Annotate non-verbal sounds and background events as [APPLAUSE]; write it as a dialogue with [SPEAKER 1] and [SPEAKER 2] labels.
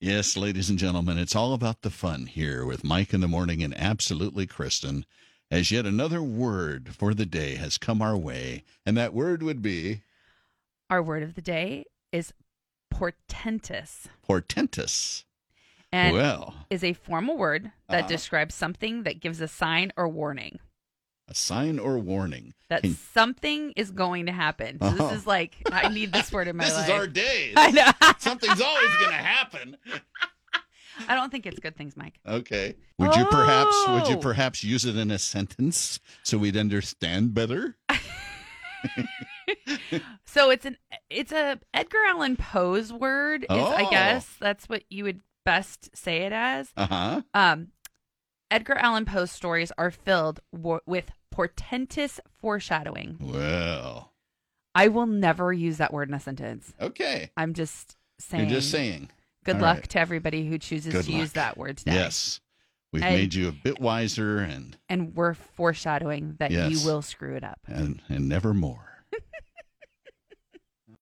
[SPEAKER 1] Yes, ladies and gentlemen, it's all about the fun here with Mike in the morning and absolutely Kristen. As yet another word for the day has come our way, and that word would be
[SPEAKER 2] Our word of the day is portentous
[SPEAKER 1] portentous.
[SPEAKER 2] and
[SPEAKER 1] well,
[SPEAKER 2] is a formal word that
[SPEAKER 1] Uh-huh.
[SPEAKER 2] describes something that gives a sign or warning
[SPEAKER 1] a sign or warning.
[SPEAKER 2] that
[SPEAKER 1] Can-
[SPEAKER 2] something is going to happen. So
[SPEAKER 1] Uh-huh.
[SPEAKER 2] this is like I need this
[SPEAKER 1] [LAUGHS]
[SPEAKER 2] word in my
[SPEAKER 1] this
[SPEAKER 2] life.
[SPEAKER 1] is our day.
[SPEAKER 2] [LAUGHS] I know.
[SPEAKER 1] Something's always going to happen.
[SPEAKER 2] I don't think it's good things, Mike.
[SPEAKER 1] Okay. Would you perhaps would you
[SPEAKER 2] Oh.
[SPEAKER 1] perhaps use it in a sentence so we'd understand better?
[SPEAKER 2] So it's an it's a Edgar Allan Poe's word, is, I
[SPEAKER 1] Oh.
[SPEAKER 2] guess. That's what you would best say it as.
[SPEAKER 1] Uh-huh.
[SPEAKER 2] Um, Edgar Allan Poe's stories are filled wo- with portentous foreshadowing.
[SPEAKER 1] Well.
[SPEAKER 2] I will never use that word in a sentence.
[SPEAKER 1] Okay.
[SPEAKER 2] I'm just saying.
[SPEAKER 1] You're just saying.
[SPEAKER 2] Good
[SPEAKER 1] All
[SPEAKER 2] luck
[SPEAKER 1] right.
[SPEAKER 2] to everybody who chooses
[SPEAKER 1] Good
[SPEAKER 2] to
[SPEAKER 1] luck.
[SPEAKER 2] use that word today.
[SPEAKER 1] Yes. We've
[SPEAKER 2] And-
[SPEAKER 1] made you a bit wiser and
[SPEAKER 2] And we're foreshadowing that
[SPEAKER 1] Yes.
[SPEAKER 2] you will screw it up.
[SPEAKER 1] and and never more.